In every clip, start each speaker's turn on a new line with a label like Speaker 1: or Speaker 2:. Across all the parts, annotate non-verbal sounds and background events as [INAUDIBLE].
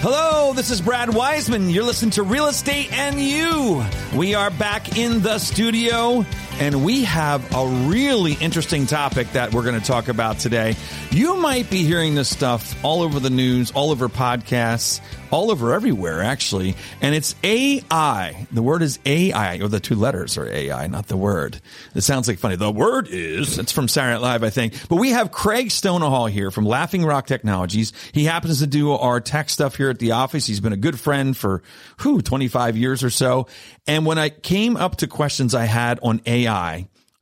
Speaker 1: Hello, this is Brad Wiseman. You're listening to Real Estate and You. We are back in the studio and we have a really interesting topic that we're going to talk about today. You might be hearing this stuff all over the news, all over podcasts, all over everywhere, actually. And it's AI. The word is AI, or the two letters are AI, not the word. It sounds like funny. The word is, it's from Saturday Night Live, I think. But we have Craig Stonehall here from Laughing Rock Technologies. He happens to do our tech stuff here at the office. He's been a good friend for, who, 25 years or so. And when I came up to questions I had on AI,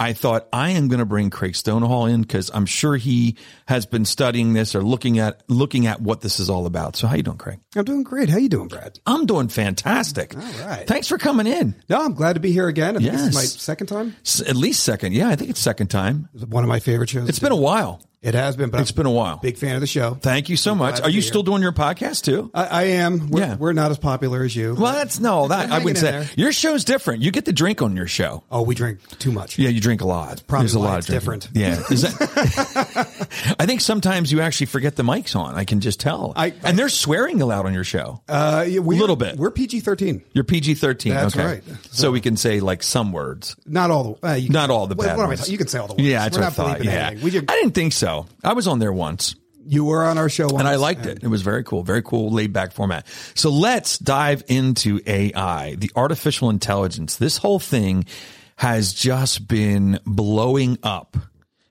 Speaker 1: I thought I am going to bring Craig Stonehall in because I'm sure he has been studying this or looking at looking at what this is all about. So how you doing, Craig?
Speaker 2: I'm doing great. How you doing, Brad?
Speaker 1: I'm doing fantastic. All
Speaker 2: right.
Speaker 1: Thanks for coming in.
Speaker 2: No, I'm glad to be here again. I think this is my
Speaker 1: Yes.
Speaker 2: second time.
Speaker 1: S- At least second. Yeah, I think it's second time.
Speaker 2: It's one of my favorite shows.
Speaker 1: It's been a while.
Speaker 2: it has been, but
Speaker 1: It's been a while.
Speaker 2: big fan of the show.
Speaker 1: Thank you so much.
Speaker 2: glad
Speaker 1: Are
Speaker 2: to
Speaker 1: you
Speaker 2: be Uh,
Speaker 1: still doing your podcast too?
Speaker 2: I, I am. We're,
Speaker 1: Yeah.
Speaker 2: we're not as popular as you.
Speaker 1: Well, that's no, that I
Speaker 2: hanging
Speaker 1: wouldn't
Speaker 2: in
Speaker 1: say.
Speaker 2: there.
Speaker 1: Your show's different. You get to drink on your show.
Speaker 2: oh, we drink too much.
Speaker 1: Yeah, you drink a lot.
Speaker 2: probably
Speaker 1: There's a
Speaker 2: why
Speaker 1: lot
Speaker 2: it's
Speaker 1: of drinking.
Speaker 2: different.
Speaker 1: Yeah. Is
Speaker 2: [LAUGHS]
Speaker 1: that- [LAUGHS] I think sometimes you actually forget the mics on. I can just tell.
Speaker 2: I-
Speaker 1: and they're swearing aloud on your show.
Speaker 2: Uh, yeah, we,
Speaker 1: Little bit.
Speaker 2: We're PG-13.
Speaker 1: You're PG thirteen.
Speaker 2: That's
Speaker 1: okay.
Speaker 2: right.
Speaker 1: So we can say like some words,
Speaker 2: Not all the. Uh, you,
Speaker 1: not all the
Speaker 2: What-
Speaker 1: bad
Speaker 2: what am I
Speaker 1: ones.
Speaker 2: talking- you can say all the words.
Speaker 1: Yeah, that's
Speaker 2: we're
Speaker 1: what I
Speaker 2: not
Speaker 1: thought.
Speaker 2: believing
Speaker 1: Yeah,
Speaker 2: anything. We just,
Speaker 1: I didn't think so. I was on there once.
Speaker 2: you were on our show, once,
Speaker 1: And I liked it. It was very cool, very cool laid back format. So let's dive into AI, the artificial intelligence. This whole thing has just been blowing up.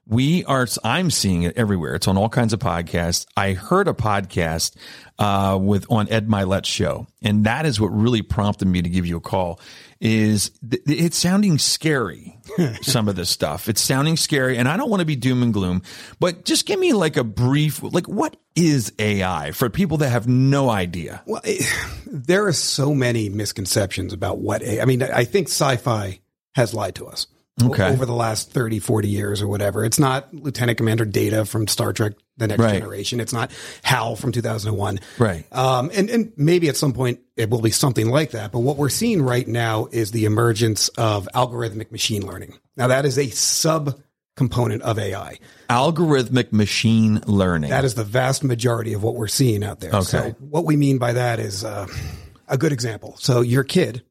Speaker 1: We are, I'm seeing it everywhere. It's on all kinds of podcasts. I heard a podcast, uh, with on Ed Milet's show. And that is what really prompted me to give you a call is th- th- it's sounding
Speaker 2: [LAUGHS]
Speaker 1: scary. some of this stuff. It's sounding scary and I don't want to be doom and gloom, but just give me like a brief, like what is AI for people that have no idea?
Speaker 2: Well, it, [SIGHS] there are so many misconceptions about what a- I mean, I think sci-fi has lied to us o-
Speaker 1: Okay.
Speaker 2: over the last 30, 40 years or whatever. It's not Lieutenant Commander Data from Star Trek The Next
Speaker 1: Right.
Speaker 2: Generation. It's not HAL from 2001.
Speaker 1: Right.
Speaker 2: Um, and, and maybe at some point it will be something like that. But what we're seeing right now is the emergence of algorithmic machine learning. Now, that is a sub component of AI.
Speaker 1: Algorithmic machine learning.
Speaker 2: That is the vast majority of what we're seeing out there. So
Speaker 1: Okay.
Speaker 2: what we mean by that is uh, a good example. So your kid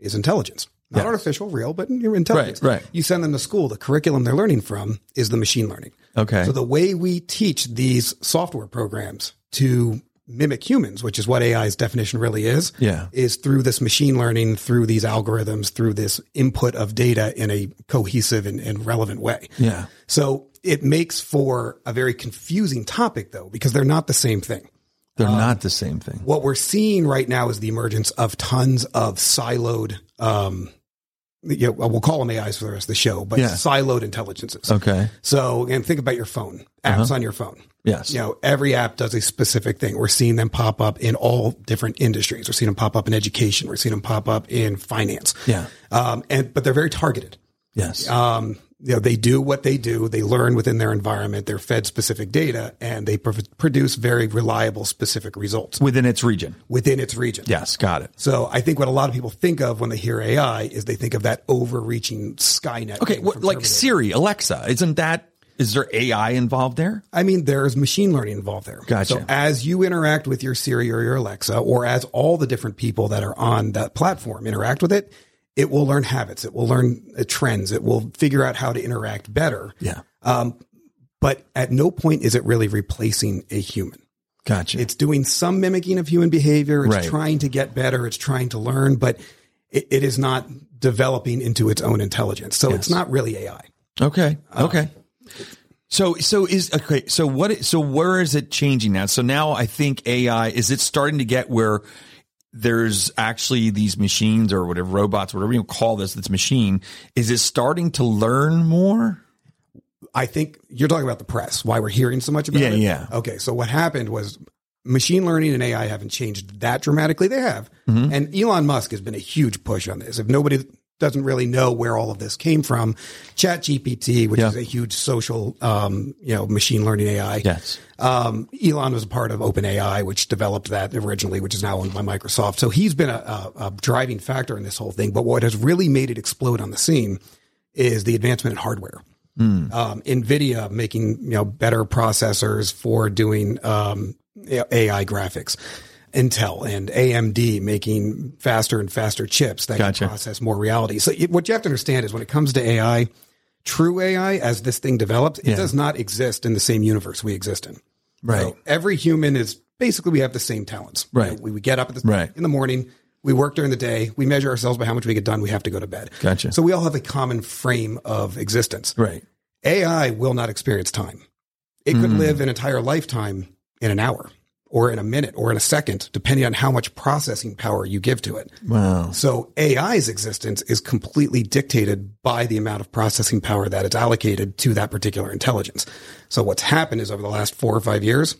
Speaker 2: is intelligence, not
Speaker 1: Yes.
Speaker 2: artificial, real, but your intelligence.
Speaker 1: Right, right.
Speaker 2: You send them to school. The curriculum they're learning from is the machine learning.
Speaker 1: okay.
Speaker 2: So the way we teach these software programs to mimic humans, which is what AI's definition really is,
Speaker 1: Yeah.
Speaker 2: is through this machine learning, through these algorithms, through this input of data in a cohesive and, and relevant way.
Speaker 1: yeah.
Speaker 2: So it makes for a very confusing topic, though, because they're not the same thing.
Speaker 1: They're
Speaker 2: uh,
Speaker 1: not the same thing.
Speaker 2: What we're seeing right now is the emergence of tons of siloed, um, you know, we'll call them AIs for the rest of the show, but
Speaker 1: Yeah. Oh.
Speaker 2: siloed intelligences.
Speaker 1: Okay.
Speaker 2: So, and think about your phone, apps
Speaker 1: Uh-huh.
Speaker 2: on your phone.
Speaker 1: Yes.
Speaker 2: You know, every app does a specific thing. We're seeing them pop up in all different industries. We're seeing them pop up in education. We're seeing them pop up in finance.
Speaker 1: Yeah.
Speaker 2: Um, and, but they're very targeted
Speaker 1: Yes.
Speaker 2: um, you know, they do what they do. They learn within their environment. They're fed specific data, and they pro- produce very reliable, specific results
Speaker 1: Within its region.
Speaker 2: within its region.
Speaker 1: Yes. Got it.
Speaker 2: So I think what a lot of people think of when they hear AI is they think of that overreaching Skynet.
Speaker 1: Okay.
Speaker 2: thing
Speaker 1: What,
Speaker 2: from
Speaker 1: like
Speaker 2: Terminator.
Speaker 1: Siri, Alexa, isn't that, is there AI involved there?
Speaker 2: I mean, there's machine learning involved there.
Speaker 1: Gotcha.
Speaker 2: So as you interact with your Siri or your Alexa, or as all the different people that are on that platform interact with it, it will learn habits. It will learn uh, trends. It will figure out how to interact better.
Speaker 1: Yeah.
Speaker 2: but at no point is it really replacing a human.
Speaker 1: Gotcha.
Speaker 2: It's doing some mimicking of human behavior. It's
Speaker 1: Right.
Speaker 2: trying to get better. It's trying to learn, but it, it is not developing into its own intelligence. So it's not really AI.
Speaker 1: Okay. Okay. So so is okay. So what? i- So where is it changing now? So now I think AI is it starting to get where there's actually these machines or whatever robots, whatever you call this, this machine is it starting to learn more?
Speaker 2: I think you're talking about the press, why we're hearing so much about
Speaker 1: Yeah,
Speaker 2: it.
Speaker 1: yeah.
Speaker 2: Okay. So what happened was machine learning and
Speaker 1: Mm-hmm.
Speaker 2: AI haven't changed that dramatically. They have. And Elon Musk has been a huge push on this. If nobody doesn't really know where all of this came from. ChatGPT, which
Speaker 1: Yeah.
Speaker 2: is a huge social, um, you know, machine learning AI.
Speaker 1: Yes.
Speaker 2: Um, Elon was a part of OpenAI, which developed that originally, which is now owned by Microsoft. So he's been a, a, a driving factor in this whole thing. But what has really made it explode on the scene is the advancement in hardware. Um, NVIDIA making you know better processors for doing um, A- AI graphics. Intel and AMD making faster and faster chips that
Speaker 1: Gotcha.
Speaker 2: can process more reality. So it, what you have to understand is when it comes to AI, true AI as this thing develops, it does not exist in the same universe we exist in.
Speaker 1: Right.
Speaker 2: So every human is basically we have the same talents.
Speaker 1: Right.
Speaker 2: You know, we, we get up at the,
Speaker 1: Right.
Speaker 2: in the morning, we work during the day, we measure ourselves by how much we get done, we have to go to bed.
Speaker 1: Gotcha.
Speaker 2: So we all have a common frame of existence.
Speaker 1: Right.
Speaker 2: AI will not experience time. It could
Speaker 1: Hmm.
Speaker 2: live an entire lifetime in an hour or in a minute or in a second, depending on how much processing power you give to it.
Speaker 1: Wow.
Speaker 2: So AI's existence is completely dictated by the amount of processing power that is allocated to that particular intelligence. So what's happened is over the last four or five years,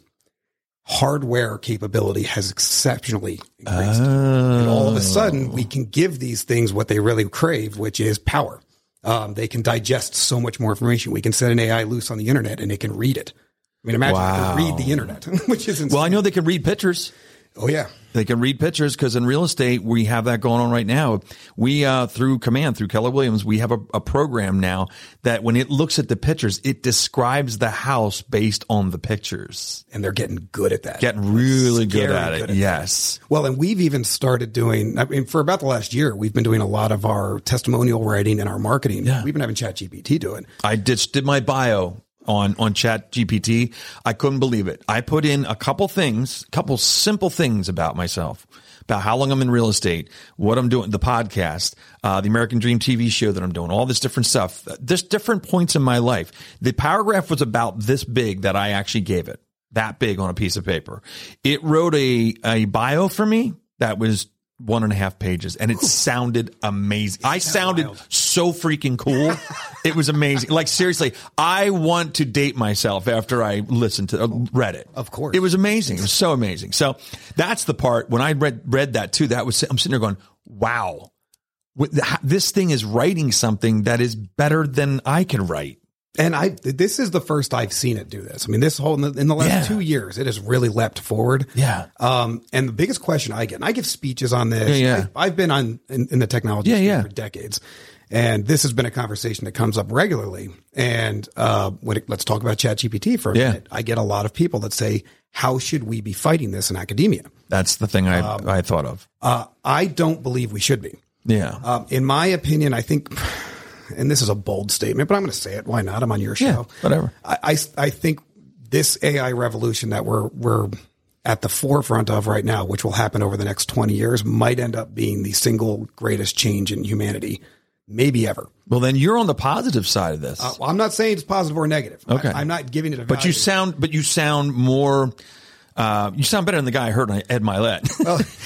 Speaker 2: hardware capability has exceptionally increased.
Speaker 1: Uh,
Speaker 2: and all of a sudden,
Speaker 1: Oh.
Speaker 2: we can give these things what they really crave, which is power. Um, they can digest so much more information. We can set an AI loose on the internet and it can read it. I mean, imagine it
Speaker 1: Wow.
Speaker 2: could read the internet, [LAUGHS] which is insane.
Speaker 1: Well, I know they can read pictures.
Speaker 2: oh yeah.
Speaker 1: They can read pictures because in real estate we have that going on right now. We uh, through command through Keller Williams we have a, a program now that when it looks at the pictures it describes the house based on the pictures.
Speaker 2: And they're getting good at that.
Speaker 1: Getting really
Speaker 2: Scary
Speaker 1: good at it.
Speaker 2: good at that.
Speaker 1: yes.
Speaker 2: Well, and we've even started doing, I mean, for about the last year, we've been doing a lot of our testimonial writing and our marketing.
Speaker 1: Yeah.
Speaker 2: We've been having ChatGPT do it.
Speaker 1: I just did my bio on on Chat GPT. I couldn't believe it. I put in a couple things, couple simple things about myself, about how long I'm in real estate, what I'm doing, the podcast, uh, the American Dream TV show that I'm doing, all this different stuff, just different points in my life. The paragraph was about this big that I actually gave it, that big on a piece of paper. It wrote a a bio for me that was. One and a half pages, and it sounded amazing. I sounded so freaking cool. it was amazing. Like seriously, I want to date myself after I listened to uh, read it.
Speaker 2: Of course.
Speaker 1: it was amazing. It was so amazing. So that's the part when I read read that too. That was I'm sitting there going, wow, What- th- how- this thing is writing something that is better than I can write.
Speaker 2: And I, this is the first I've seen it do this. I mean, this whole, in the, in the last
Speaker 1: Yeah.
Speaker 2: two years, it has really leapt forward.
Speaker 1: Yeah,
Speaker 2: Um, and the biggest question I get, and I give speeches on this.
Speaker 1: Yeah, yeah.
Speaker 2: I, I've been on in, in the technology
Speaker 1: Yeah,
Speaker 2: space
Speaker 1: yeah.
Speaker 2: for decades, and this has been a conversation that comes up regularly. And uh, when it, let's talk about ChatGPT for a
Speaker 1: Yeah.
Speaker 2: minute. I get a lot of people that say, "How should we be fighting this in academia?"
Speaker 1: that's the thing I
Speaker 2: Um,
Speaker 1: I thought of.
Speaker 2: Uh, I don't believe we should be.
Speaker 1: Yeah,
Speaker 2: Um, in my opinion, I think, and this is a bold statement, but I'm going to say it. Why not? I'm on your show.
Speaker 1: yeah, whatever.
Speaker 2: I, I, I think this AI revolution that we're we're at the forefront of right now, which will happen over the next 20 years, might end up being the single greatest change in humanity, maybe ever.
Speaker 1: Well, then you're on the positive side of this.
Speaker 2: Uh, well, I'm not saying it's positive or negative.
Speaker 1: Okay.
Speaker 2: I, am not giving it a
Speaker 1: But you sound, but you sound more. Uh, you sound better than the guy I heard on Ed Milet.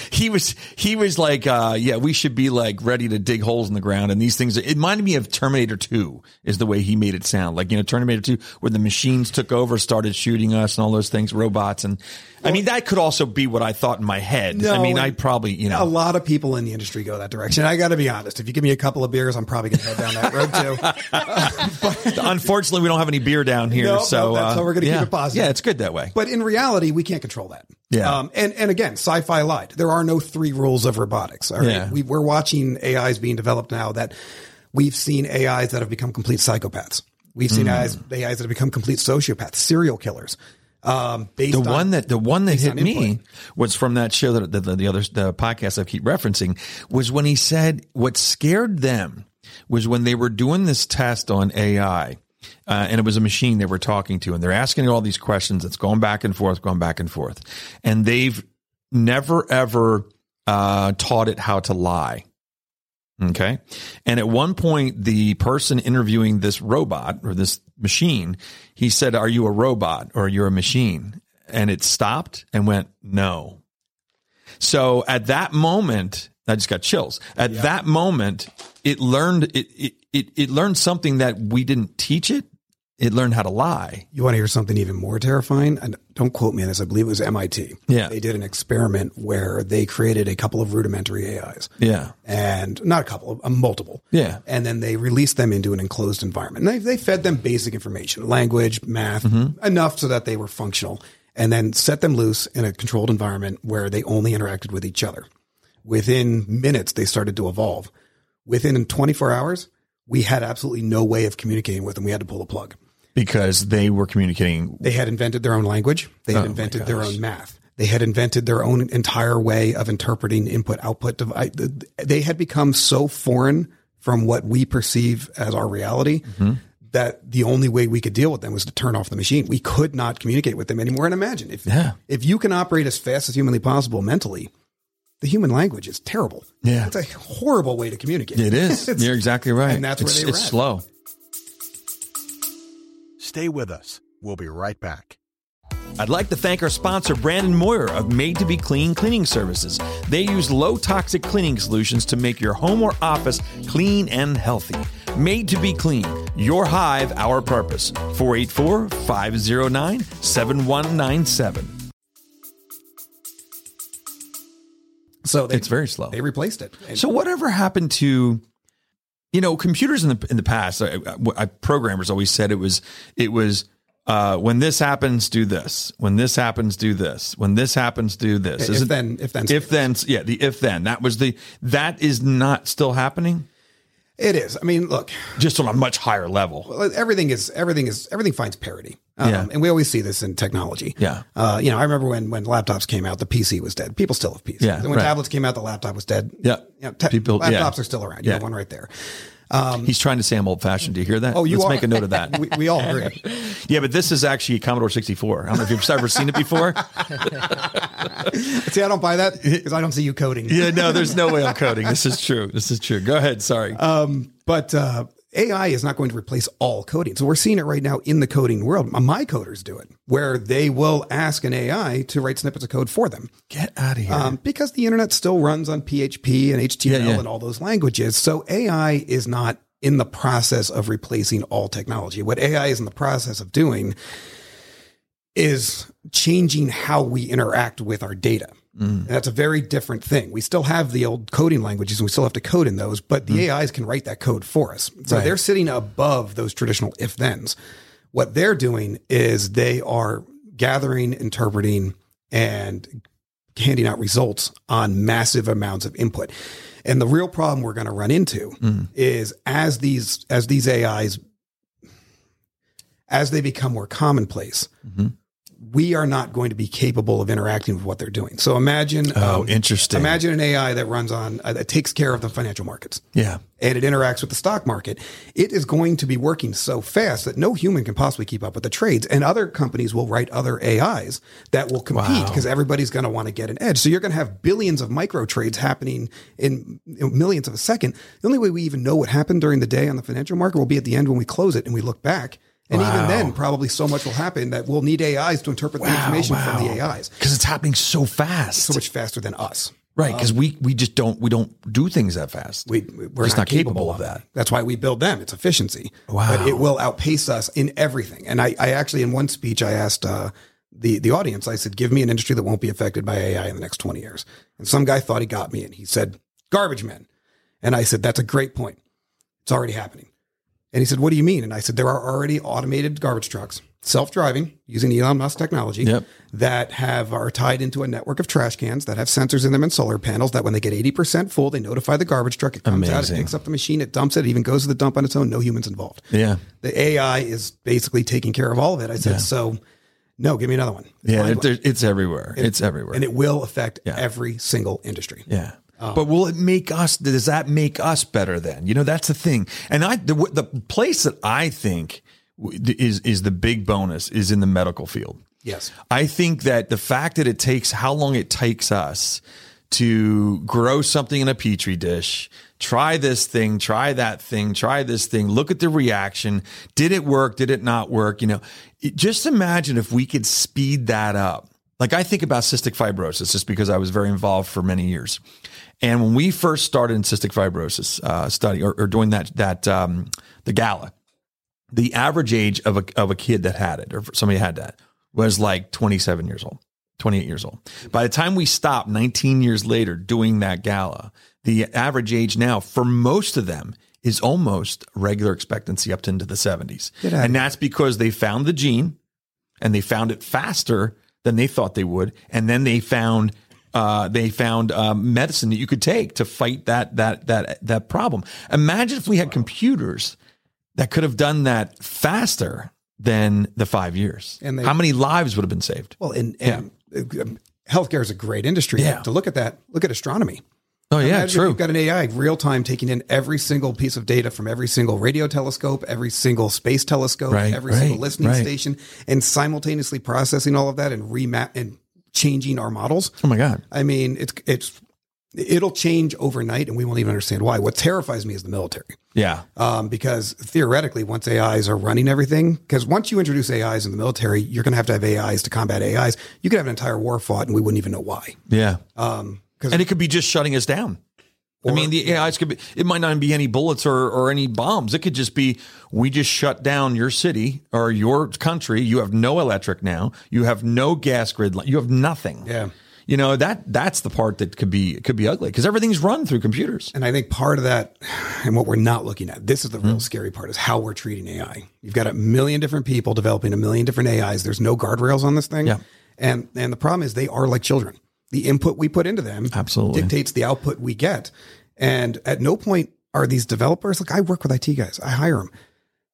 Speaker 1: [LAUGHS] he was he was like, uh, yeah, we should be like ready to dig holes in the ground. And these things, it reminded me of Terminator Two, is the way he made it sound. Like you know, Terminator Two, where the machines took over, started shooting us, and all those things, robots. And I mean, that could also be what I thought in my head. I
Speaker 2: No,
Speaker 1: mean,
Speaker 2: and-
Speaker 1: I probably you
Speaker 2: a [LAUGHS]
Speaker 1: know,
Speaker 2: lot of people in the industry go that direction. I got to be honest. If you give me a couple of beers, I'm probably going to head down that
Speaker 1: [LAUGHS]
Speaker 2: road too.
Speaker 1: unfortunately, we don't have any beer down here,
Speaker 2: No, no,
Speaker 1: so
Speaker 2: that's
Speaker 1: uh,
Speaker 2: how we're gonna keep
Speaker 1: yeah.
Speaker 2: it positive.
Speaker 1: Yeah, it's good that way.
Speaker 2: But in reality, we can't control that.
Speaker 1: Yeah.
Speaker 2: Um, and, and again, sci-fi lied. There are no three rules of robotics. All right.
Speaker 1: Yeah.
Speaker 2: We, we're watching AIs being developed now that we've seen AIs that have become complete psychopaths. We've
Speaker 1: Hmm.
Speaker 2: seen AIs, AIs that have become complete sociopaths, serial killers. Um, based
Speaker 1: The
Speaker 2: on,
Speaker 1: one that the one that hit
Speaker 2: on
Speaker 1: me was from that show that the, the, the other the podcast I keep referencing was when he said what scared them was when they were doing this test on AI. Uh, and it was a machine they were talking to, and they're asking it all these questions. It's going back and forth, going back and forth, and they've never ever uh, taught it how to lie. Okay. And at one point, the person interviewing this robot or this machine, he said, Are you a robot or you're a machine? And it stopped and went, No. So at that moment, I just got chills. At that moment, it learned it, it it it learned something that we didn't teach it. It learned how to lie.
Speaker 2: You want to hear something even more terrifying? And don't quote me on this. I believe it was MIT.
Speaker 1: Yeah.
Speaker 2: They did an experiment where they created a couple of rudimentary AIs
Speaker 1: Yeah.
Speaker 2: and not a couple, a multiple.
Speaker 1: Yeah.
Speaker 2: And then they released them into an enclosed environment. And they, they fed them basic information, language, math, enough so that they were functional and then set them loose in a controlled environment where they only interacted with each other. Within minutes, they started to evolve. Within 24 hours, we had absolutely no way of communicating with them. We had to pull the plug.
Speaker 1: Because they were communicating.
Speaker 2: They had invented their own language. They
Speaker 1: Oh
Speaker 2: had invented their own math. They had invented their own entire way of interpreting input output. devi- They had become so foreign from what we perceive as our reality
Speaker 1: Mm-hmm.
Speaker 2: that the only way we could deal with them was to turn off the machine. We could not communicate with them anymore. And imagine if,
Speaker 1: Yeah.
Speaker 2: if you can operate as fast as humanly possible mentally, the human language is terrible.
Speaker 1: Yeah.
Speaker 2: It's a horrible way to communicate.
Speaker 1: It
Speaker 2: [LAUGHS]
Speaker 1: is.
Speaker 2: It's-
Speaker 1: You're exactly right.
Speaker 2: and that's where
Speaker 1: it's,
Speaker 2: they were
Speaker 1: it's
Speaker 2: at.
Speaker 1: slow.
Speaker 3: Stay with us. We'll be right back.
Speaker 1: I'd like to thank our sponsor, Brandon Moyer of Made to Be Clean Cleaning Services. They use low toxic cleaning solutions to make your home or office clean and healthy. Made to Be Clean, your hive, our purpose. 484 509 7197.
Speaker 2: So they,
Speaker 1: It's very slow.
Speaker 2: they replaced it. And-
Speaker 1: So whatever happened to, you know, computers in the in the past? I, I, programmers always said it was it was uh, when this happens, do this. When this happens, do this. When this happens, do this.
Speaker 2: If
Speaker 1: Isn't-
Speaker 2: then- if then
Speaker 1: if then, yeah, the if then. That was the that is not still happening.
Speaker 2: it is. I mean, look,
Speaker 1: Just on a much higher level.
Speaker 2: Well, everything is everything is everything finds parity. Um,
Speaker 1: Yeah.
Speaker 2: And we always see this in technology.
Speaker 1: Yeah.
Speaker 2: Uh, you know, I remember when when laptops came out, the PC was dead. People still have PCs.
Speaker 1: Yeah,
Speaker 2: And when
Speaker 1: right.
Speaker 2: tablets came out, the laptop was dead.
Speaker 1: Yeah.
Speaker 2: You know, te-
Speaker 1: People-
Speaker 2: laptops
Speaker 1: yeah.
Speaker 2: are still around. You
Speaker 1: Yeah.
Speaker 2: have one right there.
Speaker 1: He's trying to say I'm old fashioned. Do you hear that?
Speaker 2: Oh, you
Speaker 1: Let's
Speaker 2: are.
Speaker 1: make a note of [LAUGHS] that.
Speaker 2: We, we all agree.
Speaker 1: yeah, but this is actually a Commodore 64. I don't know if you've ever seen it before.
Speaker 2: see, I don't buy that because I don't see you coding.
Speaker 1: [LAUGHS] Yeah, no, there's no way I'm coding. This is true. This is true. Go ahead. Sorry.
Speaker 2: But uh, AI is not going to replace all coding. So we're seeing it right now in the coding world. My coders do it, where they will ask an AI to write snippets of code for them.
Speaker 1: Get out of here.
Speaker 2: um, because the internet still runs on PHP and HTML
Speaker 1: Yeah, yeah.
Speaker 2: and all those languages. So AI is not in the process of replacing all technology. What AI is in the process of doing is changing how we interact with our data.
Speaker 1: Mm.
Speaker 2: And that's a very different thing. We still have the old coding languages and we still have to code in those, but the AIs can write that code for us. So
Speaker 1: Mm-hmm. Right.
Speaker 2: they're sitting above those traditional if thens. What they're doing is they are gathering, interpreting, and handing out results on massive amounts of input. And the real problem we're going to run into
Speaker 1: Mm.
Speaker 2: is as these as these AIs as they become more commonplace,
Speaker 1: Mm-hmm.
Speaker 2: we are not going to be capable of interacting with what they're doing. So imagine
Speaker 1: Oh,
Speaker 2: um,
Speaker 1: interesting.
Speaker 2: imagine an AI that runs on uh, that takes care of the financial markets
Speaker 1: yeah.
Speaker 2: and it interacts with the stock market, it is going to be working so fast that no human can possibly keep up with the trades. And other companies will write other AIs that will compete because everybody's going to want to get an edge. So you're going to have billions of micro trades happening in you know, millions of a second. The only way we even know what happened during the day on the financial market will be at the end when we close it and we look back. And even then, probably so much will happen that we'll need AIs to interpret the information from the AIs.
Speaker 1: Because it's happening so um, fast.
Speaker 2: So much faster than us.
Speaker 1: right. Because we, we just don't, we don't do things that fast.
Speaker 2: we, we- we're
Speaker 1: Just
Speaker 2: not, capable, of that. That's why we build them. It's efficiency. Wow. But it will outpace us in everything. And I, I actually, in one speech, I asked uh, the, the audience, I said, give me an industry that won't be affected by AI in the next 20 years. And some guy thought he got me. And he said, garbage men. And I said, that's a great point. It's already happening. And he said, what do you mean? And I said, there are already automated garbage trucks, self-driving using Elon Musk technology
Speaker 1: Yep.
Speaker 2: that have are tied into a network of trash cans that have sensors in them and solar panels that when they get 80% full, they notify the garbage truck. It comes out,
Speaker 1: Amazing.
Speaker 2: it picks up the machine, it dumps it, it even goes to the dump on its own. No humans involved.
Speaker 1: Yeah.
Speaker 2: The AI is basically taking care of all of it. I said, so no, give me another one.
Speaker 1: Yeah.
Speaker 2: Find
Speaker 1: there-
Speaker 2: one.
Speaker 1: there- it's everywhere. it's everywhere.
Speaker 2: and it will affect every single industry.
Speaker 1: yeah. but will it make us, does that make us better then? You know, that's the thing. And I, the, the place that I think w- is, is the big bonus is in the medical field.
Speaker 2: Yes.
Speaker 1: I think that the fact that it takes how long it takes us to grow something in a petri dish, try this thing, try that thing, try this thing, look at the reaction. Did it work? Did it not work? You know, it- just imagine if we could speed that up. Like I think about cystic fibrosis just because I was very involved for many years. And when we first started in cystic fibrosis uh, study or, or doing that, that, um, the gala, the average age of a, of a kid that had it or somebody had that was like 27 years old, 28 years old. By the time we stopped 19 years later doing that gala, the average age now for most of them is almost regular expectancy up into the 70s.
Speaker 2: Get out of
Speaker 1: And that's because they found the gene and they found it faster than they thought they would. And then they found uh, they found um, medicine that you could take to fight that that that that problem. Imagine if we had computers that could have done that faster than the five years.
Speaker 2: And they-
Speaker 1: How many lives would have been saved?
Speaker 2: Well, and, and um, healthcare is a great industry
Speaker 1: Yeah.
Speaker 2: to look at that. Look at astronomy.
Speaker 1: Oh yeah,
Speaker 2: Imagine if
Speaker 1: true.
Speaker 2: You've got an AI real time taking in every single piece of data from every single radio telescope, every single space telescope,
Speaker 1: Right,
Speaker 2: every
Speaker 1: right,
Speaker 2: single listening
Speaker 1: right.
Speaker 2: station, and simultaneously processing all of that and remap and changing our models.
Speaker 1: oh my god.
Speaker 2: I mean, it's it's it'll change overnight, and we won't even understand why. What terrifies me is the military,
Speaker 1: Yeah.
Speaker 2: um, because theoretically, once AIs are running everything, because once you introduce AIs in the military, you're going to have to have AIs to combat AIs. You could have an entire war fought, and we wouldn't even know why.
Speaker 1: Yeah.
Speaker 2: Um, because
Speaker 1: And it could be just shutting us down. I mean, the AIs could be, it might not be any bullets or, or any bombs. It could just be, we just shut down your city or your country. You have no electric now. You have no gas grid. li- You have nothing.
Speaker 2: Yeah.
Speaker 1: You know, that, that's the part that could be, could be ugly because everything's run through computers.
Speaker 2: And I think part of that, and what we're not looking at, this is the
Speaker 1: Hmm.
Speaker 2: real scary part, is how we're treating AI. You've got a million different people developing a million different AIs. There's no guardrails on this thing,
Speaker 1: Yeah.
Speaker 2: and and the problem is they are like children. The input we put into them
Speaker 1: Absolutely.
Speaker 2: dictates the output we get. And at no point are these developers like I work with IT guys. I hire them.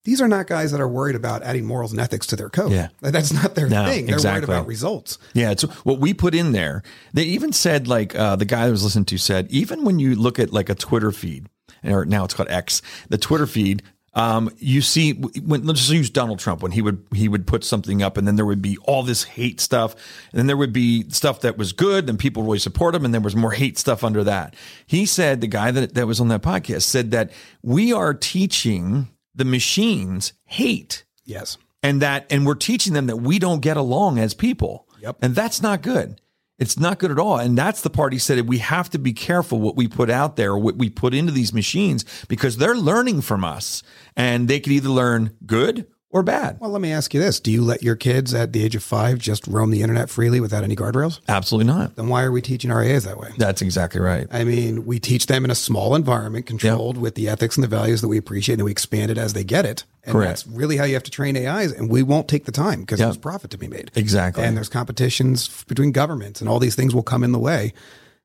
Speaker 2: These are not guys that are worried about adding morals and ethics to their code.
Speaker 1: Yeah.
Speaker 2: Like, That's not their
Speaker 1: No,
Speaker 2: thing. They're
Speaker 1: exactly.
Speaker 2: worried about results.
Speaker 1: Yeah, it's what we put in there. They even said, like uh, the guy I was listening to said, even when you look at like a Twitter feed, or now it's called X, the Twitter feed, um, you see, when, let's just use Donald Trump when he would he would put something up, and then there would be all this hate stuff, and then there would be stuff that was good, and people really support him, and there was more hate stuff under that. He said, the guy that that was on that podcast said that we are teaching the machines hate
Speaker 2: Yes.
Speaker 1: and that and we're teaching them that we don't get along as people
Speaker 2: Yep.
Speaker 1: and that's not good it's not good at all and that's the part he said we have to be careful what we put out there what we put into these machines because they're learning from us and they could either learn good or bad
Speaker 2: Well, let me ask you this: Do you let your kids at the age of five just roam the internet freely without any guardrails?
Speaker 1: absolutely not
Speaker 2: then why are we teaching our AAs that way?
Speaker 1: that's exactly right
Speaker 2: I mean, we teach them in a small environment controlled with the ethics and the values that we appreciate and we expand it as they get it. And
Speaker 1: Correct.
Speaker 2: that's really how you have to train AIs. And we won't take the time because there's profit to be made.
Speaker 1: exactly
Speaker 2: And there's competitions f- between governments and all these things will come in the way.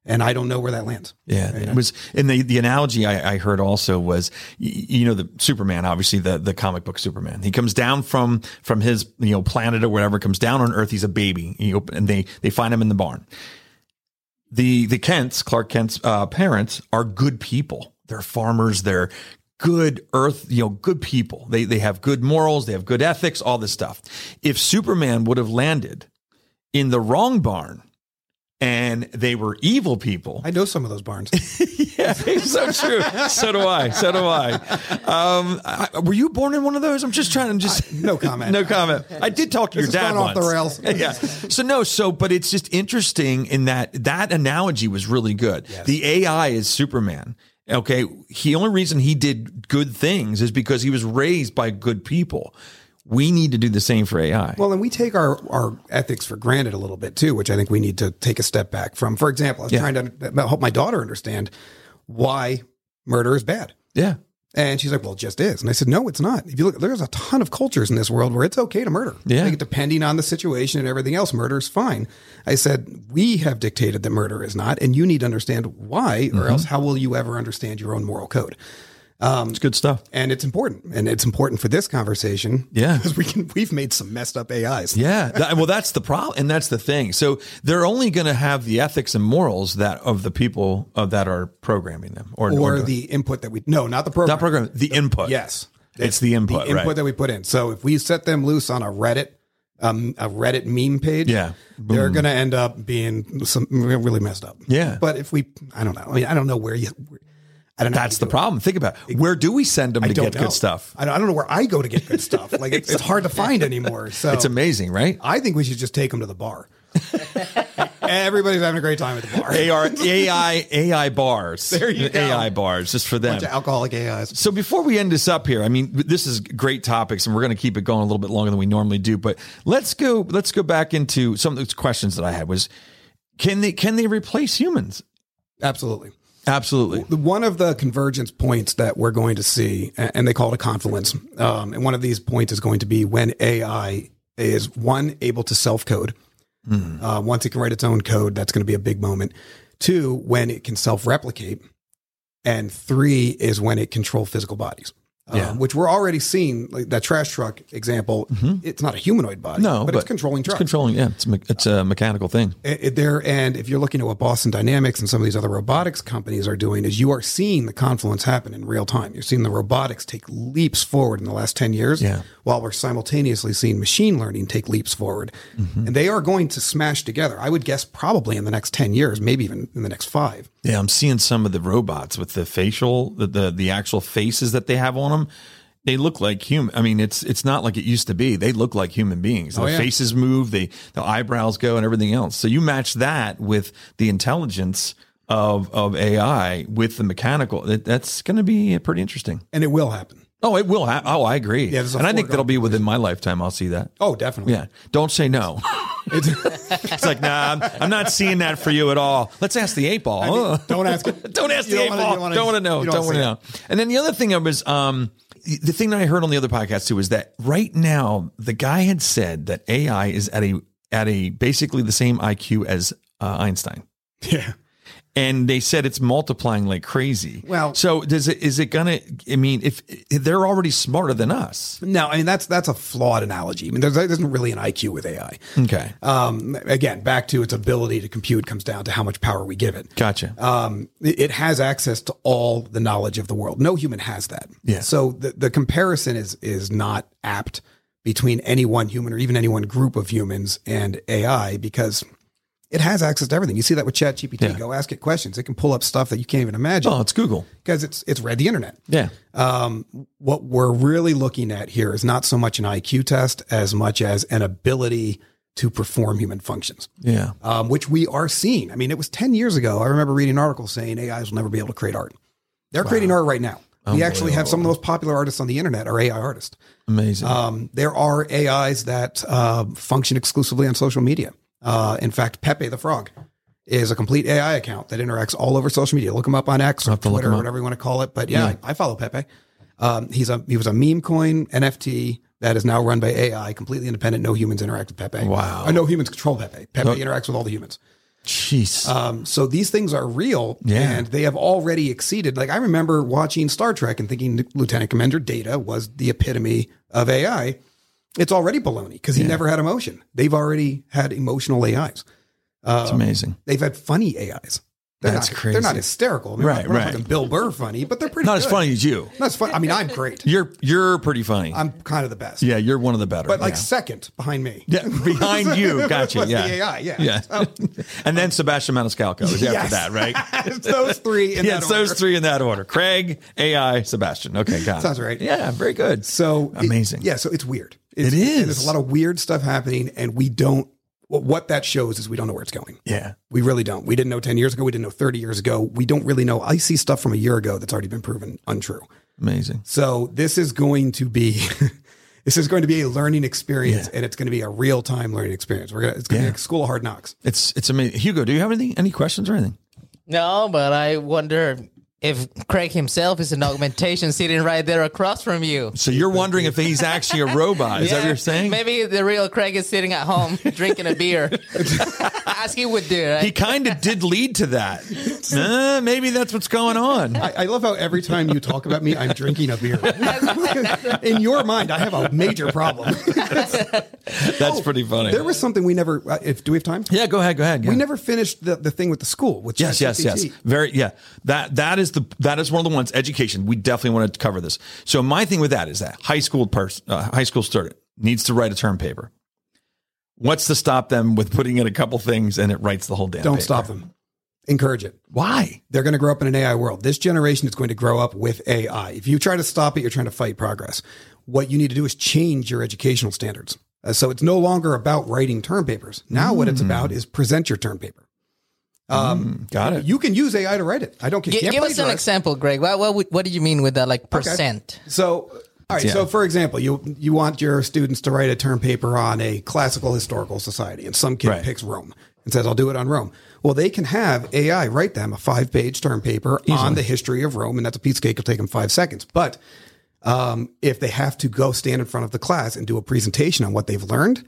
Speaker 2: And I don't know where that lands.
Speaker 1: Yeah, it was. And the the analogy I, I heard also was, y- you know, the Superman, obviously the the comic book Superman. He comes down from from his you know planet or whatever, comes down on Earth. He's a baby. He open, and they they find him in the barn. The the Kents, Clark Kent's uh, parents, are good people. They're farmers. They're good earth you know good people they they have good morals they have good ethics all this stuff if superman would have landed in the wrong barn and they were evil people
Speaker 2: I know some of those barns.
Speaker 1: [LAUGHS] yeah, it's so true. so do I. So do I. Um, I. Were you born in one of those? I'm just trying to just [LAUGHS]
Speaker 2: no comment.
Speaker 1: no comment. I did talk to your
Speaker 2: has
Speaker 1: dad
Speaker 2: gone off the
Speaker 1: once. [LAUGHS]
Speaker 2: rails.
Speaker 1: yeah. So no. So but it's just interesting in that that analogy was really good. The AI is Superman. Okay. He only reason he did good things is because he was raised by good people. We need to do the same for AI.
Speaker 2: Well, and we take our, our ethics for granted a little bit too, which I think we need to take a step back from. For example, I was trying to help my daughter understand why murder is bad.
Speaker 1: yeah.
Speaker 2: And she's like, well, it just is. And I said, no, it's not. If you look, there's a ton of cultures in this world where it's okay to murder.
Speaker 1: Yeah.
Speaker 2: Like, depending on the situation and everything else, murder is fine. I said, we have dictated that murder is not, and you need to understand why, or
Speaker 1: Mm-hmm.
Speaker 2: else how will you ever understand your own moral code?
Speaker 1: It's good stuff.
Speaker 2: And it's important. And it's important for this conversation.
Speaker 1: Yeah.
Speaker 2: [LAUGHS] Because we can, we've made some messed up AIs.
Speaker 1: Yeah. That- well, that's the problem, and that's the thing. So they're only going to have the ethics and morals that of the people of that are programming them, or,
Speaker 2: Or
Speaker 1: or
Speaker 2: the input that we, no, not the program.
Speaker 1: not program the input.
Speaker 2: Yes.
Speaker 1: it's the input,
Speaker 2: the input
Speaker 1: right?
Speaker 2: that we put in. So if we set them loose on a Reddit, um, a Reddit meme page,
Speaker 1: Yeah.
Speaker 2: they're going to end up being some really messed up.
Speaker 1: Yeah.
Speaker 2: But if we, I don't know. I mean, I don't know where you. I don't know. how
Speaker 1: that's the
Speaker 2: you do it.
Speaker 1: problem. Think about it. where do we send them to
Speaker 2: I don't
Speaker 1: get
Speaker 2: know.
Speaker 1: good stuff?
Speaker 2: I don't, I don't know where I go to get good stuff.
Speaker 1: [LAUGHS]
Speaker 2: Like it's, it's hard to find anymore. So
Speaker 1: It's amazing, right? [LAUGHS]
Speaker 2: I think we should just take them to the bar. Everybody's having a great time at the bar. [LAUGHS]
Speaker 1: AR, AI, AI bars.
Speaker 2: There you go.
Speaker 1: AI bars, just for them.
Speaker 2: To alcoholic AIs.
Speaker 1: So before we end this up here, I mean, this is great topics, and we're going to keep it going a little bit longer than we normally do. But let's go. Let's go back into some of those questions that I had. Was can they can they replace humans?
Speaker 2: Absolutely.
Speaker 1: Absolutely.
Speaker 2: The- One of the convergence points that we're going to see, a- and they call it a confluence, um, and one of these points is going to be when AI is one able to self code.
Speaker 1: Hmm.
Speaker 2: Uh, once it can write its own code, that's going to be a big moment. Two, when it can self replicate, and three is when it control physical bodies. um,
Speaker 1: Yeah.
Speaker 2: which we're already seeing, like that trash truck example. It's not a humanoid
Speaker 1: Mm-hmm.
Speaker 2: body,
Speaker 1: No,
Speaker 2: but, it's controlling
Speaker 1: It's
Speaker 2: trucks.
Speaker 1: controlling. Yeah, it's a, me- it's a mechanical thing.
Speaker 2: it, it- Eh, there and if you're looking at what Boston Dynamics and some of these other robotics companies are doing is you are seeing the confluence happen in real time. You're seeing the robotics take leaps forward in the last 10 years
Speaker 1: Yeah.
Speaker 2: while we're simultaneously seeing machine learning take leaps forward.
Speaker 1: Mm-hmm.
Speaker 2: And they are going to smash together. I would guess probably in the next 10 years, maybe even in the next 5.
Speaker 1: Yeah, I'm seeing some of the robots with the facial, the the, the actual faces that they have on them. They look like human. I mean, it's it's not like it used to be. They look like human beings. The
Speaker 2: yeah.
Speaker 1: faces move, the the eyebrows go, and everything else. So you match that with the intelligence of of AI with the mechanical. That, that's going to be pretty interesting.
Speaker 2: And it will happen.
Speaker 1: Oh, it will. Ha- oh, I agree. Yeah,
Speaker 2: there's a
Speaker 1: and I think
Speaker 2: foregone
Speaker 1: that'll be within my lifetime. I'll see that.
Speaker 2: Oh, definitely.
Speaker 1: Yeah, [LAUGHS] don't say
Speaker 2: [LAUGHS]
Speaker 1: no. It's like, nah, I'm, I'm not seeing that for you at all. Let's ask the eight ball. Ugh.
Speaker 2: Don't ask
Speaker 1: [LAUGHS]
Speaker 2: it.
Speaker 1: Don't ask the
Speaker 2: You don't
Speaker 1: eight
Speaker 2: wanna-
Speaker 1: ball.
Speaker 2: you don't wanna-
Speaker 1: Don't want to know.
Speaker 2: you don't
Speaker 1: Don't want
Speaker 2: wanna
Speaker 1: to know. And then the other thing I was, um, the thing that I heard on the other podcast too is that right now the guy had said that AI is at a at a basically the same IQ as uh, Einstein,
Speaker 2: Yeah.
Speaker 1: and they said it's multiplying like crazy.
Speaker 2: Well-
Speaker 1: so does it is it gonna? I mean, if, if they're already smarter than us,
Speaker 2: No, I mean that's that's a flawed analogy. I mean there's, there isn't really an IQ with AI.
Speaker 1: okay,
Speaker 2: Um, again, back to its ability to compute comes down to how much power we give it.
Speaker 1: gotcha.
Speaker 2: um, it it has access to all the knowledge of the world. No human has that.
Speaker 1: Yeah.
Speaker 2: So the, the comparison is is not apt between any one human or even any one group of humans and AI because it has access to everything. You see that with ChatGPT.
Speaker 1: Yeah.
Speaker 2: Go ask it questions. It can pull up stuff that you can't even imagine
Speaker 1: oh, it's Google.
Speaker 2: because it's it's read the internet.
Speaker 1: Yeah,
Speaker 2: Um, what we're really looking at here is not so much an IQ test as much as an ability to perform human functions
Speaker 1: yeah.
Speaker 2: um, which we are seeing. I mean, it was 10 years ago. I remember reading an article saying AIs will never be able to create art. They're creating art right now. We actually have some of the most popular artists on the internet are AI artists.
Speaker 1: Amazing.
Speaker 2: Um, there are AIs that uh, function exclusively on social media. Uh, in fact, Pepe the Frog is a complete AI account that interacts all over social media. Look him up on X or
Speaker 1: to look
Speaker 2: Twitter
Speaker 1: him
Speaker 2: or
Speaker 1: up.
Speaker 2: whatever you want to call it. But yeah, I follow Pepe. Um, he's a he was a meme coin NFT that is now run by AI, completely independent. No humans interact with Pepe.
Speaker 1: Wow.
Speaker 2: Or no humans control Pepe. Pepe interacts with all the humans.
Speaker 1: Jeez.
Speaker 2: Um, so these things are real
Speaker 1: Yeah.
Speaker 2: and they have already exceeded. Like I remember watching Star Trek and thinking Lieutenant Commander Data was the epitome of AI. It's already baloney because he never had emotion. They've already had emotional AIs.
Speaker 1: it's amazing.
Speaker 2: They've had funny AIs. They're
Speaker 1: That's
Speaker 2: not,
Speaker 1: crazy.
Speaker 2: They're not hysterical. I mean,
Speaker 1: Right,
Speaker 2: we're not
Speaker 1: right.
Speaker 2: fucking Bill Burr funny, but they're pretty
Speaker 1: Not as
Speaker 2: good.
Speaker 1: funny as you.
Speaker 2: Not as fun. I mean,
Speaker 1: [LAUGHS]
Speaker 2: I'm great.
Speaker 1: You're you're pretty funny.
Speaker 2: I'm kind of the best.
Speaker 1: yeah, you're one of the better.
Speaker 2: But like
Speaker 1: yeah.
Speaker 2: second behind me.
Speaker 1: Yeah, behind
Speaker 2: [LAUGHS]
Speaker 1: you, gotcha.
Speaker 2: Was
Speaker 1: Yeah,
Speaker 2: the AI, yeah. Oh.
Speaker 1: yeah. [LAUGHS] and then Sebastian Maniscalco is after
Speaker 2: Yes.
Speaker 1: that, right?
Speaker 2: [LAUGHS] it's those three. In
Speaker 1: yeah,
Speaker 2: that
Speaker 1: it's
Speaker 2: order.
Speaker 1: those three in that order: Craig, AI, Sebastian. Okay, got it.
Speaker 2: Sounds right.
Speaker 1: Yeah, very good.
Speaker 2: So it-
Speaker 1: Amazing.
Speaker 2: yeah. So it's weird.
Speaker 1: It is.
Speaker 2: There's a lot of weird stuff happening, and we don't. What what that shows is we don't know where it's going.
Speaker 1: yeah,
Speaker 2: We really don't. We didn't know 10 years ago. We didn't know 30 years ago. We don't really know. I see stuff from a year ago that's already been proven untrue.
Speaker 1: amazing.
Speaker 2: So this is going to be. [LAUGHS] This is going to be a learning experience, and it's going to be a real time learning experience. We're gonna it's going to
Speaker 1: Yeah.
Speaker 2: be like school of hard knocks.
Speaker 1: It's it's amazing. Hugo, do you have anything? Any questions or anything?
Speaker 4: No, but I wonder if Craig himself is an augmentation sitting right there across from you.
Speaker 1: So you're wondering if he's actually a robot? Is that what you're saying?
Speaker 4: Maybe the real Craig is sitting at home [LAUGHS] drinking
Speaker 1: [LAUGHS]
Speaker 4: a beer. Ask him what do.
Speaker 1: He
Speaker 4: Right?
Speaker 1: kind of did lead to
Speaker 2: [LAUGHS]
Speaker 1: that. Uh, maybe that's what's going on.
Speaker 2: I, I love how every time you talk about me, I'm drinking a beer. In your mind, I have a major
Speaker 1: [LAUGHS]
Speaker 2: problem.
Speaker 1: That's pretty funny.
Speaker 2: there was something we never. uh, If do we have time?
Speaker 1: yeah, go ahead. Go ahead.
Speaker 2: We
Speaker 1: yeah.
Speaker 2: never finished the, the thing with the school. With
Speaker 1: Yes, yes, yes.
Speaker 2: ChatGPT.
Speaker 1: Very yeah. That that is the that is one of the ones education. We definitely want to cover this. So my thing with that is that high school person uh, high school student needs to write a term paper. What's to stop them with putting in a couple things and it writes the whole damn
Speaker 2: Don't
Speaker 1: paper?
Speaker 2: stop them. Encourage it.
Speaker 1: Why?
Speaker 2: They're going to grow up in an AI world. This generation is going to grow up with AI. If you try to stop it, you're trying to fight progress. What you need to do is change your educational standards. Uh, so it's no longer about writing term papers. Now what
Speaker 1: Hmm.
Speaker 2: it's about is present your term paper. Um,
Speaker 1: Got it.
Speaker 2: You can use AI to write it. I don't care.
Speaker 4: Gi-
Speaker 2: Can't
Speaker 4: give us an
Speaker 2: plagiarize.
Speaker 4: example, Greg. What, what, would- what do you mean with that, like percent?
Speaker 2: So, all right. So, for example, you you want your students to write a term paper on a classical historical society, and some kid
Speaker 1: Right.
Speaker 2: picks Rome and says, "I'll do it on Rome." Well, they can have AI write them a five page term paper on the history of Rome, and that's a piece of cake. It'll take them five seconds, but um, if they have to go stand in front of the class and do a presentation on what they've learned,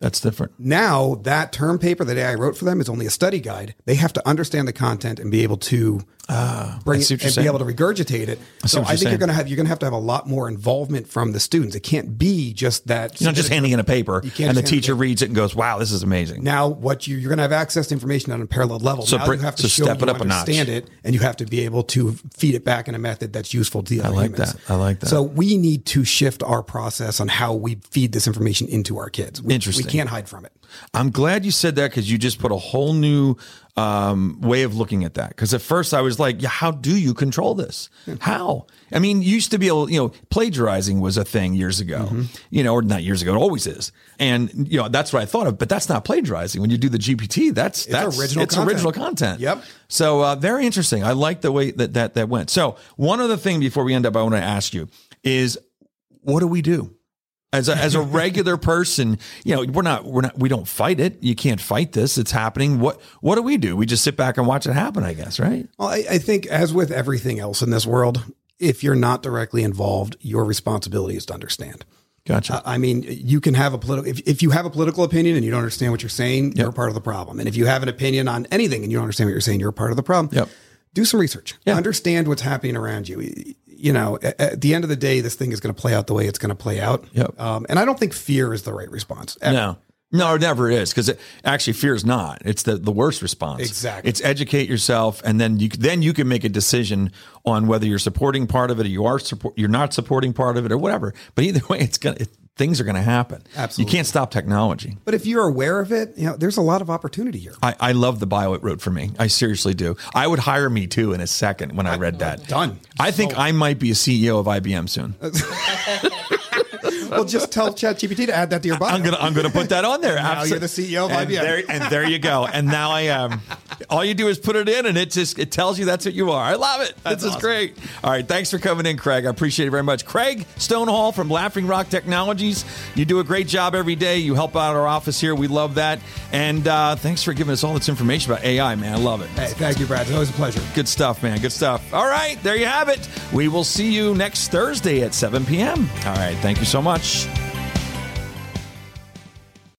Speaker 1: That's different.
Speaker 2: now that term paper that AI wrote for them is only a study guide. They have to understand the content and be able to uh, bring
Speaker 1: Ah, I see
Speaker 2: it
Speaker 1: what
Speaker 2: and
Speaker 1: you're
Speaker 2: be able to regurgitate it. so I
Speaker 1: what you're
Speaker 2: think you're
Speaker 1: saying.
Speaker 2: going to have you're going to have to have a lot more involvement from the students. It can't be just that.
Speaker 1: You're not just handing in a paper
Speaker 2: can't
Speaker 1: and the
Speaker 2: just hand it
Speaker 1: teacher reads it and goes, wow, this is amazing.
Speaker 2: now what you you're going to have access to information on a parallel level.
Speaker 1: So
Speaker 2: now
Speaker 1: br-
Speaker 2: you have to
Speaker 1: so
Speaker 2: show
Speaker 1: step
Speaker 2: you
Speaker 1: it up a notch.
Speaker 2: understand it, and you have to be able to feed it back in a method that's useful to the other
Speaker 1: like
Speaker 2: humans.
Speaker 1: that. I like that.
Speaker 2: So we need to shift our process on how we feed this information into our kids. We,
Speaker 1: Interesting.
Speaker 2: We can't hide from it.
Speaker 1: I'm glad you said that because you just put a whole new um, way of looking at that. Because at first I was like, yeah, how do you control this? How? I mean, you used to be able, you know, plagiarizing was a thing years ago,
Speaker 2: Mm-hmm.
Speaker 1: you know, or not years ago, it always is. And, you know, that's what I thought of, but that's not plagiarizing. When you do the GPT, that's, that's
Speaker 2: original
Speaker 1: it's
Speaker 2: content.
Speaker 1: original content.
Speaker 2: Yep.
Speaker 1: So uh, very interesting. I like the way that, that that went. So one other thing before we end up, I want to ask you is what do we do? as a, as a regular person, you know, we're not, we're not, we don't fight it. You can't fight this. It's happening. What, what do we do? We just sit back and watch it happen, I guess. Right.
Speaker 2: Well, I, I think as with everything else in this world, if you're not directly involved, your responsibility is to understand.
Speaker 1: Gotcha.
Speaker 2: I I mean, you can have a political if, if you have a political opinion and you don't understand what you're saying, you're part of the problem. And if you have an opinion on anything and you don't understand what you're saying, you're part of the problem.
Speaker 1: Yep.
Speaker 2: Do some research. Understand what's happening around you. You know, at, at the end of the day, this thing is going to play out the way it's going to play out.
Speaker 1: Yep.
Speaker 2: Um, and I don't think fear is the right response. Uh,
Speaker 1: no, no, it never is. Cause it actually fear is not, it's the, the worst response.
Speaker 2: Exactly.
Speaker 1: It's educate yourself. And then you, then you can make a decision on whether you're supporting part of it or you are support, you're not supporting part of it or whatever. But either way, it's going to, things are going to happen.
Speaker 2: Absolutely.
Speaker 1: You can't stop technology.
Speaker 2: But if you're aware of it, you know, there's a lot of opportunity here.
Speaker 1: I, I love the bio it wrote for me. I seriously do. I would hire me too in a second when I read that.
Speaker 2: Done.
Speaker 1: I think I might be a CEO of IBM soon.
Speaker 2: well, just tell ChatGPT to add that to your bio.
Speaker 1: I'm gonna I'm gonna put that on there.
Speaker 2: [LAUGHS] now
Speaker 1: Abso-
Speaker 2: you're the CEO of
Speaker 1: and
Speaker 2: IBM.
Speaker 1: There, and there you go. And now I am. All you do is put it in, and it just it tells you that's what you are. I love it. this is great. All right, thanks for coming in, Craig. I appreciate it very much. Craig Stonehall from Laughing Rock Technologies. You do a great job every day. You help out our office here. We love that. And uh, thanks for giving us all this information about AI, man. I love it.
Speaker 2: Hey, thank you, Brad. It's always a pleasure.
Speaker 1: Good stuff, man. Good stuff. All right, there you have it. We will see you next Thursday at 7 p.m. All right, thank you so much.